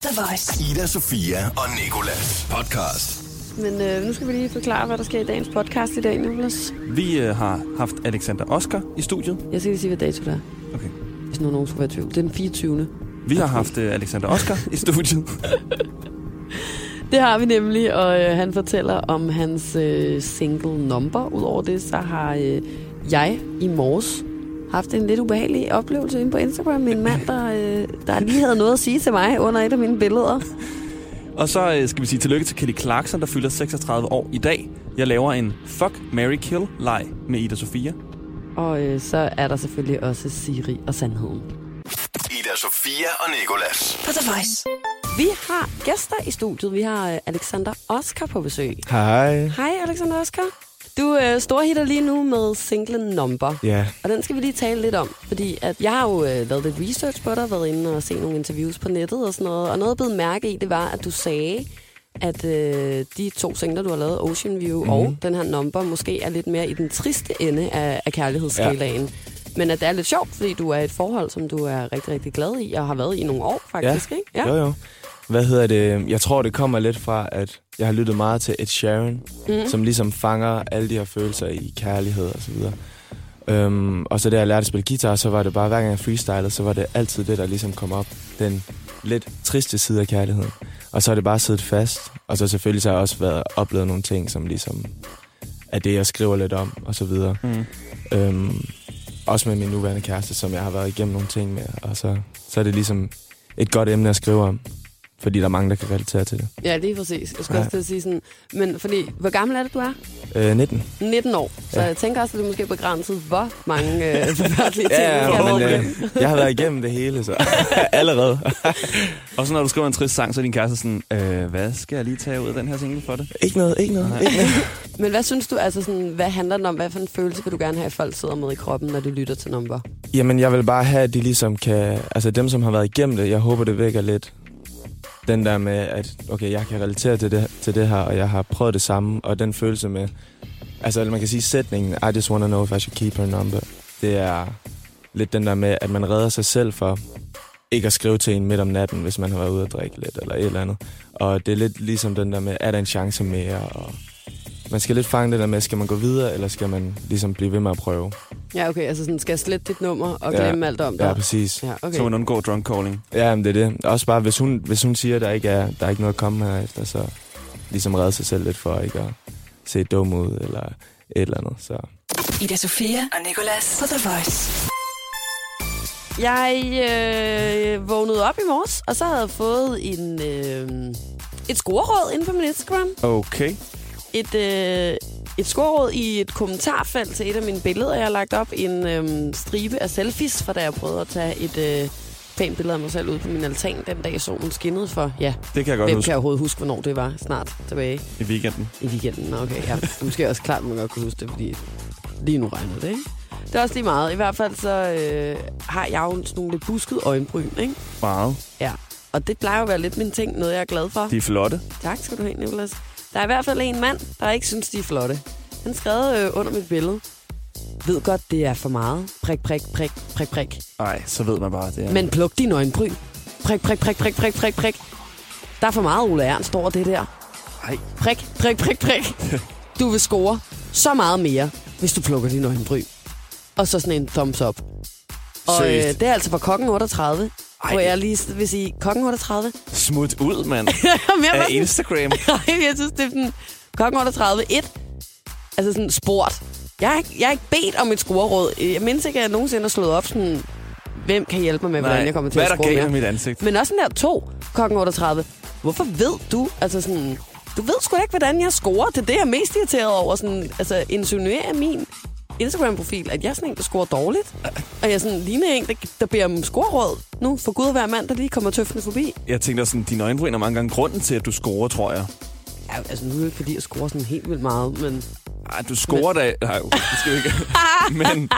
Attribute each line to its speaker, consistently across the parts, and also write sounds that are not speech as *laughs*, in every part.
Speaker 1: The Voice.
Speaker 2: Ida, Sofia og Nikolas podcast.
Speaker 3: Men øh, nu skal vi lige forklare, hvad der sker i dagens podcast i dag, Nicolas.
Speaker 4: Vi øh, har haft Alexander Oscar i studiet.
Speaker 3: Jeg skal lige sige, hvad dato det er,
Speaker 4: Okay.
Speaker 3: hvis nu nogen skulle være i tvivl. Det er den 24.
Speaker 4: Vi har haft øh, Alexander Oscar i studiet.
Speaker 3: Det har vi nemlig, og øh, han fortæller om hans øh, single number. Udover det, så har øh, jeg i morges haft en lidt ubehagelig oplevelse inde på Instagram med en mand, der, øh, der lige havde noget at sige til mig under et af mine billeder.
Speaker 4: Og så øh, skal vi sige tillykke til Kelly Clarkson, der fylder 36 år i dag. Jeg laver en fuck, Mary kill leg med Ida Sofia.
Speaker 3: Og øh, så er der selvfølgelig også Siri og Sandheden.
Speaker 2: Ida, Sofia og Nikolas.
Speaker 1: På The Voice.
Speaker 3: Vi har gæster i studiet. Vi har øh, Alexander Oscar på besøg.
Speaker 5: Hej.
Speaker 3: Hej Alexander Oskar. Du øh, storhitter lige nu med singlen Number.
Speaker 5: Ja,
Speaker 3: Og den skal vi lige tale lidt om, fordi at jeg har jo øh, lavet lidt research på dig, været inde og set nogle interviews på nettet og sådan noget, og noget jeg blev mærke i, det var, at du sagde, at øh, de to singler, du har lavet, Ocean View
Speaker 5: Mhm.
Speaker 3: mm-hmm. og den her Number, måske er lidt mere i den triste ende af, af kærlighedsskalaen. Ja. Men at det er lidt sjovt, fordi du er i et forhold, som du er rigtig, rigtig glad i, og har været i nogle år faktisk, ikke?
Speaker 5: ja. jo jo. Hvad hedder det? Jeg tror, det kommer lidt fra, at jeg har lyttet meget til Ed Sheeran, mm. som ligesom fanger alle de her følelser i kærlighed og så videre. Øhm, og så da jeg lærte at spille guitar, så var det bare, hver gang jeg freestylede, så var det altid det, der ligesom kom op. Den lidt triste side af kærligheden. Og så har det bare siddet fast. Og så selvfølgelig så har jeg også været oplevet nogle ting, som ligesom er det, jeg skriver lidt om, og så videre.
Speaker 4: Mm.
Speaker 5: Øhm, også med min nuværende kæreste, som jeg har været igennem nogle ting med. Og så, så er det ligesom et godt emne at skrive om. Fordi der er mange, der kan relatere til det.
Speaker 3: Ja, lige præcis. Jeg skulle
Speaker 5: Ja.
Speaker 3: også til at sige sådan, men fordi, hvor gammel er det, du er?
Speaker 5: Øh, 19.
Speaker 3: 19 år. Så
Speaker 5: Ja.
Speaker 3: jeg tænker også, at det er måske begrænset, hvor mange øh, *laughs* forfærdelige ting,
Speaker 5: Ja,
Speaker 3: vi
Speaker 5: ja,
Speaker 3: skal
Speaker 5: men
Speaker 3: have
Speaker 5: øh,
Speaker 3: med.
Speaker 5: jeg har været igennem det hele, så *laughs* allerede.
Speaker 4: Og så når du skriver en trist sang, så er din kæreste sådan, øh, hvad skal jeg lige tage ud af den her single for det?
Speaker 5: Ikke noget, ikke noget, ikke noget.
Speaker 3: Men hvad synes du, altså sådan, hvad handler den om? Hvad for en følelse vil du gerne have, at folk sidder med i kroppen, når du lytter til nummer?
Speaker 5: Jamen, jeg vil bare have, at de ligesom kan... Altså, dem, som har været igennem det, jeg håber, det vækker lidt den der med, at okay, jeg kan relatere til det, til det her, og jeg har prøvet det samme, og den følelse med... Altså, eller man kan sige sætningen, I just wanna know if I should keep her number. Det er lidt den der med, at man redder sig selv for ikke at skrive til en midt om natten, hvis man har været ude at drikke lidt, eller et eller andet. Og det er lidt ligesom den der med, er der en chance mere, og... Man skal lidt fange det der med, skal man gå videre, eller skal man ligesom blive ved med at prøve?
Speaker 3: Ja, okay, altså sådan, skal jeg slette dit nummer og
Speaker 5: Ja.
Speaker 3: glemme alt om dig?
Speaker 5: Ja, præcis.
Speaker 3: ja
Speaker 4: Okay. Så man
Speaker 3: okay.
Speaker 4: undgår drunk calling.
Speaker 5: Ja, men det er det. Også bare, hvis hun, hvis hun siger, at der ikke er, der er ikke noget at komme her efter, så ligesom redde sig selv lidt for ikke at se dum ud eller et eller andet. Så.
Speaker 1: Ida Sofia og Nikolas. På The Voice.
Speaker 3: Jeg øh, vågnede op i morges, og så havde jeg fået en, øh, et scoreråd inden for min Instagram.
Speaker 4: Okay.
Speaker 3: et, øh, et scoreråd i et kommentarfelt til et af mine billeder. Jeg har lagt op en øh, stribe af selfies, fra da jeg prøvede at tage et øh, pænt billede af mig selv ud på min altan den dag, solen skinnede for. Ja,
Speaker 4: Det kan jeg godt
Speaker 3: hvem
Speaker 4: huske
Speaker 3: kan overhovedet huske, hvornår det var? Snart tilbage
Speaker 4: i weekenden.
Speaker 3: i weekenden. Nå, Okay, ja. Det er måske også klart, at man godt kunne huske det, fordi lige nu regner det, ikke? Det er også lige meget. I hvert fald så øh, har jeg jo sådan nogle lidt buskede øjenbryn, ikke?
Speaker 4: Meget.
Speaker 3: Ja. Og det plejer jo at være lidt min ting, noget jeg er glad for.
Speaker 4: De er flotte.
Speaker 3: Tak skal du have, Nicolas. Der er i hvert fald en mand, der ikke synes, de er flotte. Han skrev øh, under mit billede, ved godt, det er for meget. Prik, prik, prik, prik, prik.
Speaker 4: Nej, så ved man bare, det er.
Speaker 3: Men pluk dine øjenbryn. Prik, prik, prik, prik, prik, prik, prik. Der er for meget, Ole Ernst, over det der.
Speaker 4: Ej.
Speaker 3: Prik, prik, prik, prik. Du vil score så meget mere, hvis du plukker dine øjenbryn. Og så sådan en thumbs up. Og øh,
Speaker 4: Seriøst?
Speaker 3: det er altså fra Kokken 38, Ej.
Speaker 4: Ej.
Speaker 3: hvor jeg lige vil sige, Kokken *laughs* 38.
Speaker 4: Smut ud, mand.
Speaker 3: Jamen, jeg var
Speaker 4: Af
Speaker 3: sådan-
Speaker 4: Instagram.
Speaker 3: Nej, jeg synes, det er sådan... Klokken 38, 1. Altså sådan sport. Jeg har, ikke, jeg har ikke bedt om et scoreråd. Jeg mindes ikke, at jeg nogensinde har slået op sådan... Hvem kan hjælpe mig med, *laughs* hvordan
Speaker 4: Nej,
Speaker 3: jeg kommer til
Speaker 4: Hvad er
Speaker 3: at
Speaker 4: der
Speaker 3: score
Speaker 4: galt
Speaker 3: mere?
Speaker 4: med mit ansigt?
Speaker 3: Men også den der to, klokken 38. Hvorfor ved du, altså sådan... Du ved sgu da ikke, hvordan jeg scorer. Det er det, jeg er mest irriteret over. Sådan, altså, insinuerer min Instagram-profil, at jeg er sådan en, der scorer dårligt. Og jeg sådan, ligner en, der, der beder om scoreråd nu. For gud at være mand, der lige kommer tøffende forbi.
Speaker 4: Jeg tænker sådan, dine øjenbryn er mange gange grunden til, at du scorer, tror jeg.
Speaker 3: Ja, altså, nu er det ikke, fordi jeg scorer sådan helt vildt meget, men...
Speaker 4: Ej, du scorer da... Nej, okay, det skal vi
Speaker 3: *laughs*
Speaker 4: ikke. Men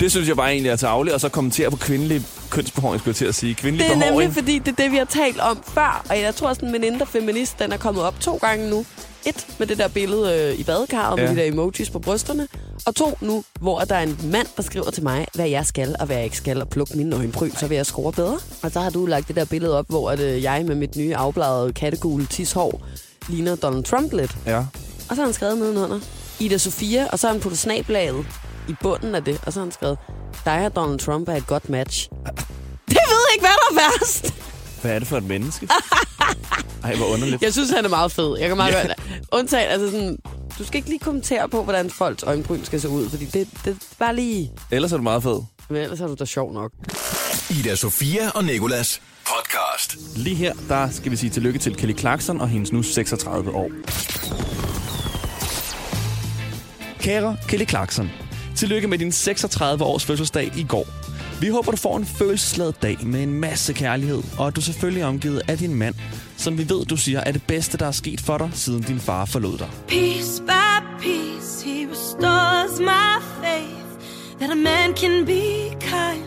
Speaker 4: det synes jeg bare egentlig er tageligt. Og så kommentere på kvindelig kønsbehåring, skulle jeg til at sige. Kvindelig
Speaker 3: Det er nemlig,
Speaker 4: behåring.
Speaker 3: fordi det er det, vi har talt om før. Og jeg tror, at min indre feminist, den er kommet op to gange nu. Et med det der billede øh, i badekarret ja.
Speaker 4: Ja.
Speaker 3: med de der emojis på brysterne. Og to nu, hvor der er en mand, der skriver til mig, hvad jeg skal og hvad jeg ikke skal, og plukke mine øjenbryn, så vil jeg score bedre. Og så har du lagt det der billede op, hvor at, øh, jeg med mit nye afbladede kattegule tishår ligner Donald Trump lidt.
Speaker 4: Ja.
Speaker 3: Og så har han skrevet nedenunder, Ida Sofia, og så har han puttet snablaget i bunden af det, og så har han skrevet, dig og Donald Trump er et godt match. Det ved ikke, hvad der er værst.
Speaker 4: Hvad er det for et
Speaker 3: *laughs*
Speaker 4: menneske? Ej, hvor underligt.
Speaker 3: Jeg synes, han er meget fed. Jeg kan meget
Speaker 4: Ja.
Speaker 3: yeah. godt... Undtagen, altså sådan... Du skal ikke lige kommentere på, hvordan folks øjenbryn skal se ud, fordi det, det er bare lige...
Speaker 4: Ellers er du meget fed.
Speaker 3: Men ellers er du da sjov nok.
Speaker 2: Ida Sofia og Nikolas podcast.
Speaker 4: Lige her, der skal vi sige tillykke til Kelly Clarkson og hendes nu 36 år. Kære Kelly Clarkson, tillykke med din 36 års fødselsdag i går. Vi håber, du får en følelsesladet dag med en masse kærlighed, og at du selvfølgelig er omgivet af din mand, som vi ved, du siger er det bedste, der er sket for dig, siden din far forlod dig.
Speaker 6: Piece by piece, he restores my faith that a man can be kind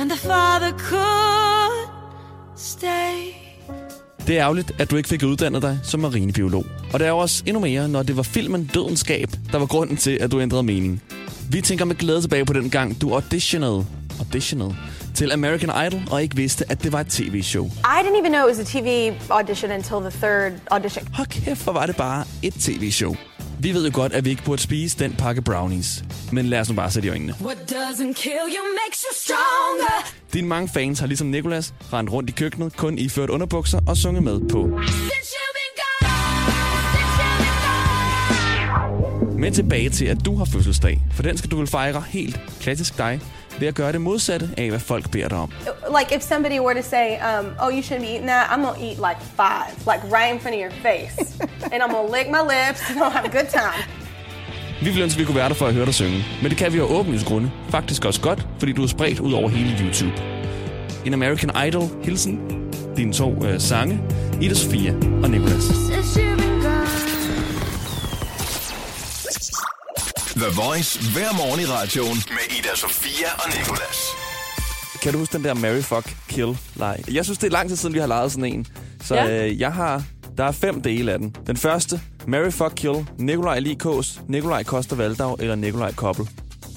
Speaker 6: and the father could stay.
Speaker 4: Det er ærgerligt, at du ikke fik uddannet dig som marinebiolog. Og det er jo også endnu mere, når det var filmen Dødens Gab, der var grunden til, at du ændrede mening. Vi tænker med glæde tilbage på den gang, du auditionede, auditionede til American Idol og ikke vidste, at det var et tv-show.
Speaker 7: I didn't even know it was a TV audition until the third audition.
Speaker 4: Hold kæft, hvor var det bare et tv-show. Vi ved jo godt, at vi ikke burde spise den pakke brownies. Men lad os nu bare sætte i øjnene.
Speaker 6: What doesn't kill you makes you stronger.
Speaker 4: Dine mange fans har ligesom Nicolas rendt rundt i køkkenet, kun iført underbukser og sunget med på.
Speaker 6: Since you've been gone, since you've been gone.
Speaker 4: Men tilbage til, at du har fødselsdag, for den skal du vel fejre helt klassisk dig, ved at gøre det modsatte af, hvad folk beder dig om.
Speaker 7: Like if somebody were to say, um, "Oh, you shouldn't be eating that," I'm gonna eat like five, like right in front of your face, and I'm gonna lick my lips and I'll have a good time.
Speaker 4: Vi ville ønske, at vi kunne være der for at høre dig synge, men det kan vi jo åbenlyst grunde. Faktisk også godt, fordi du er spredt ud over hele YouTube. En American Idol, hilsen, dine to øh, sange, Ida Sofia og Nicolas.
Speaker 6: Since you've been gone.
Speaker 2: The Voice hver morgen i radioen med Ida Sofia og Nikolas.
Speaker 4: Kan du huske den der Mary Fuck Kill leg? Jeg synes, det er lang tid siden, vi har lejet sådan en. Så
Speaker 3: Ja.
Speaker 4: ja. øh, jeg har... Der er fem dele af den. Den første, Mary Fuck Kill, Nikolaj Likås, Nikolaj Koster Valdau eller Nikolaj Koppel.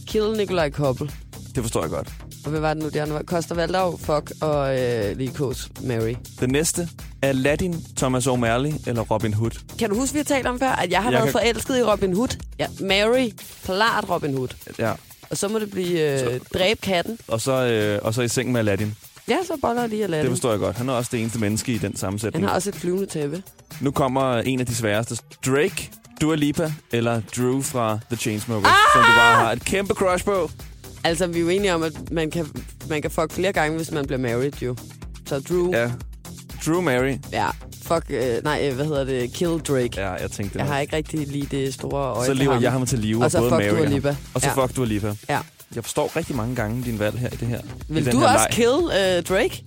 Speaker 3: Kill Nikolaj Koppel.
Speaker 4: Det forstår jeg godt.
Speaker 3: Og hvad var det nu, det andet var? Koster Valdau, fuck, og øh, lige Kås, Mary.
Speaker 4: Den næste er Aladdin, Thomas O'Malley eller Robin Hood.
Speaker 3: Kan du huske, vi har talt om før, at jeg har jeg
Speaker 4: Jeg
Speaker 3: været kan...
Speaker 4: kan-
Speaker 3: forelsket i Robin Hood? Ja, Mary. Klart Robin Hood.
Speaker 4: Ja.
Speaker 3: Og så må det blive øh,
Speaker 4: Så-
Speaker 3: dræb katten.
Speaker 4: Og så, øh, og så i seng med Aladdin. Det
Speaker 3: Ja, så boller jeg lige Aladdin.
Speaker 4: forstår jeg godt. Han er også det eneste menneske i den
Speaker 3: Han
Speaker 4: sammensætning.
Speaker 3: har også et flyvende tæppe.
Speaker 4: Nu kommer en af de sværeste. Drake, Dua Lipa eller Drew fra The Chainsmokers, ah! som du bare har et kæmpe crush på.
Speaker 3: Altså, vi er jo enige om, at man kan, man kan fuck flere gange, hvis man bliver married, jo. Så Drew, ja,
Speaker 4: Ja. Drew Mary.
Speaker 3: ja fuck, øh, nej, øh, hvad hedder det, kill Drake. Ja,
Speaker 4: Ja, jeg tænkte det.
Speaker 3: jeg
Speaker 4: var-
Speaker 3: har ikke rigtig lige det store øje
Speaker 4: så
Speaker 3: til
Speaker 4: lever
Speaker 3: ham.
Speaker 4: jeg ham til live,
Speaker 3: Og så
Speaker 4: både
Speaker 3: fuck
Speaker 4: Mary
Speaker 3: Dua
Speaker 4: og ham.
Speaker 3: Lipa.
Speaker 4: Og så
Speaker 3: Ja.
Speaker 4: fuck Dua Lipa.
Speaker 3: Ja.
Speaker 4: Jeg forstår rigtig mange gange din valg her i det her. i
Speaker 3: Vil
Speaker 4: den
Speaker 3: du
Speaker 4: her
Speaker 3: også
Speaker 4: leg.
Speaker 3: kill øh, Drake?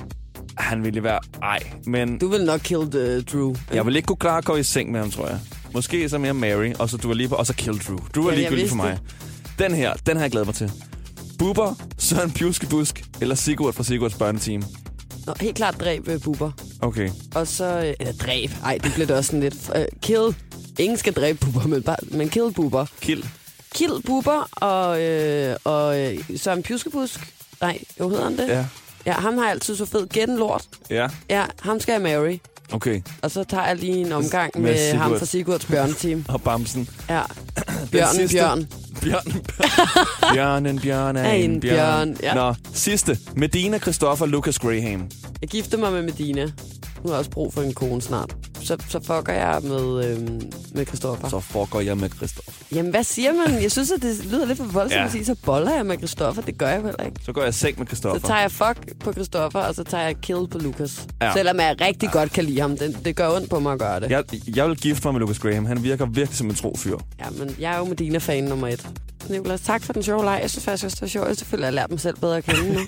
Speaker 4: Han ville være... Ej, men
Speaker 3: Du vil nok kill øh, Drew.
Speaker 4: jeg vil ikke kunne klare at gå i seng med ham, tror jeg. Måske så mere Mary, og så Dua Lipa, og så Kill Drew. Drew er
Speaker 3: jeg
Speaker 4: ligegyldig
Speaker 3: vidste
Speaker 4: for mig. Den her, den har jeg glædet mig til. Bubber, Søren Pjuskebusk eller Sigurd fra Sigurds børneteam.
Speaker 3: Nå, helt klart dræb øh, Bubber.
Speaker 4: Okay.
Speaker 3: Og så... Øh, eller dræb. Ej, det blev det også sådan lidt... Øh, kill. Ingen skal dræbe Bubber, men, bare, men kill Bubber.
Speaker 4: Kill.
Speaker 3: Kill Bubber og, øh, og øh, Søren Pjuskebusk. Nej, jo hedder han det?
Speaker 4: Ja.
Speaker 3: Ja, ham har jeg altid så fed gætten lort.
Speaker 4: Ja,
Speaker 3: Ja, ham skal jeg marry.
Speaker 4: okay.
Speaker 3: Og så tager jeg lige en omgang med,
Speaker 4: Med
Speaker 3: med ham
Speaker 4: Sigurd.
Speaker 3: fra Sigurds børneteam.
Speaker 4: Og Bamsen.
Speaker 3: Ja. Bjørnen,
Speaker 4: sidste.
Speaker 3: Bjørn. *laughs*
Speaker 4: Bjørn. Bjørnen, Bjørn er
Speaker 3: Er
Speaker 4: en
Speaker 3: en
Speaker 4: bjørn.
Speaker 3: bjørn, ja.
Speaker 4: Nå, sidste. Medina, Christoffer, Lucas Graham.
Speaker 3: Jeg gifter mig med Medina. Hun har også brug for en kone snart. Så, så fucker jeg med, øhm, med Christoffer.
Speaker 4: Så foregår jeg med Christoffer.
Speaker 3: Jamen, hvad siger man? Jeg synes, at det lyder lidt for voldsomt
Speaker 4: Ja.
Speaker 3: ja. at sige, så boller jeg med Christoffer. Det gør jeg vel ikke.
Speaker 4: Så går jeg i seng med
Speaker 3: Så
Speaker 4: Christoffer.
Speaker 3: tager jeg fuck på Christoffer, og så tager jeg kill på Lukas.
Speaker 4: Ja.
Speaker 3: Ja. Selvom jeg rigtig ja. godt kan lide ham. Det, det gør ondt på mig at gøre det. Ja.
Speaker 4: Jeg, jeg vil gifte mig med Lucas Graham. Han virker virkelig som en tro fyr.
Speaker 3: ja men jeg er jo Medina-fan nummer et. Nicolas, tak for den sjove leg. Jeg synes faktisk, også, det var sjovt. Jeg selvfølgelig har jeg lært dem selv bedre at kende *laughs* nu.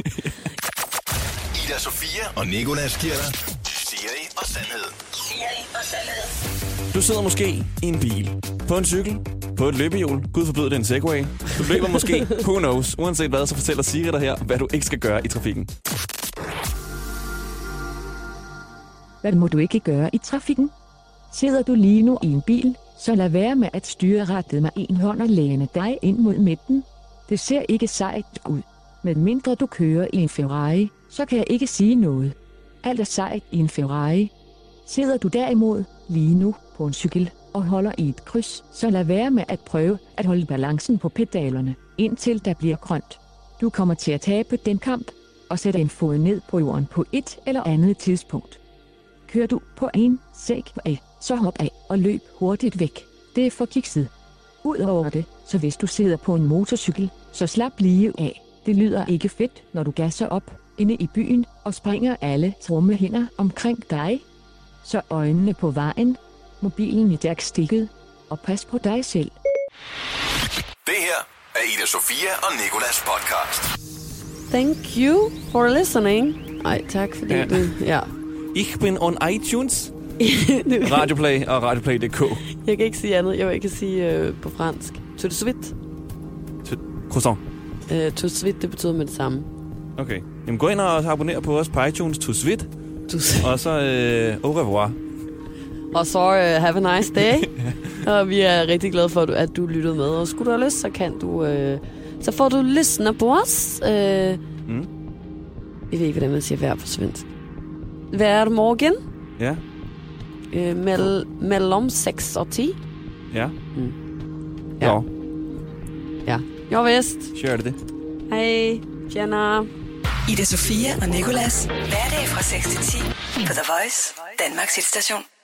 Speaker 2: Ida Sofia og Nikolas giver dig Siri og sandhed. Siri og sandhed.
Speaker 4: Du sidder måske i en bil, på en cykel, på et løbehjul. Gud forbyde det er en Segway. Du løber
Speaker 3: *laughs*
Speaker 4: måske, who knows. Uanset hvad, så fortæller Siri dig her, hvad du ikke skal gøre i trafikken.
Speaker 8: Hvad må du ikke gøre i trafikken? Sidder du lige nu i en bil, Så lad være med at styre rettet med en hånd og læne dig ind mod midten. Det ser ikke sejt ud. Men mindre du kører i en Ferrari, så kan jeg ikke sige noget. Alt er sejt i en Ferrari. Sidder du derimod, lige nu, på en cykel, og holder i et kryds, så lad være med at prøve at holde balancen på pedalerne, indtil der bliver grønt. Du kommer til at tabe den kamp, og sætte en fod ned på jorden på et eller andet tidspunkt. Kører du på en sæk af, så hop af og løb hurtigt væk. Det er for kikset. Udover det, så hvis du sidder på en motorcykel, så slap lige af. Det lyder ikke fedt, når du gasser op inde i byen og springer alle trummehinder omkring dig. Så øjnene på vejen, mobilen i dækstikket, og pas på dig selv.
Speaker 2: Det her er Ida Sofia og Nikolas podcast.
Speaker 3: Thank you for listening. Ej, tak fordi
Speaker 4: Ja.
Speaker 3: ja. du... Ja.
Speaker 4: Ich bin on
Speaker 3: *laughs*
Speaker 4: iTunes, Radioplay og Radioplay.dk.
Speaker 3: jeg kan ikke sige andet. Jo, jeg kan sige øh, på fransk. Tout de suite.
Speaker 4: Croissant.
Speaker 3: Øh, tout de suite, det betyder med det samme.
Speaker 4: Okay. Jamen gå ind og abonner på os på iTunes to Svit,
Speaker 3: Tout
Speaker 4: og så øh, au revoir.
Speaker 3: Og så uh, have a nice day. og vi er rigtig glade for, at du- at du lyttede med. Og skulle du have lyst, så kan du... Uh, så får du lyssna på os. Uh,
Speaker 4: Mm.
Speaker 3: Jeg ved ikke, hvordan man siger hver på svensk. Hver morgen
Speaker 4: Ja,
Speaker 3: uh, mell- mellem 6 og 10.
Speaker 4: ja.
Speaker 3: Mm.
Speaker 4: Ja.
Speaker 3: Ja.
Speaker 4: Nå,
Speaker 3: Ja. Jo, vist.
Speaker 4: så er det det.
Speaker 3: Hej. Tjena.
Speaker 1: Ida Sofia og Nikolas. Hverdag fra 6 til 10 på The Voice, Danmarks hitstation.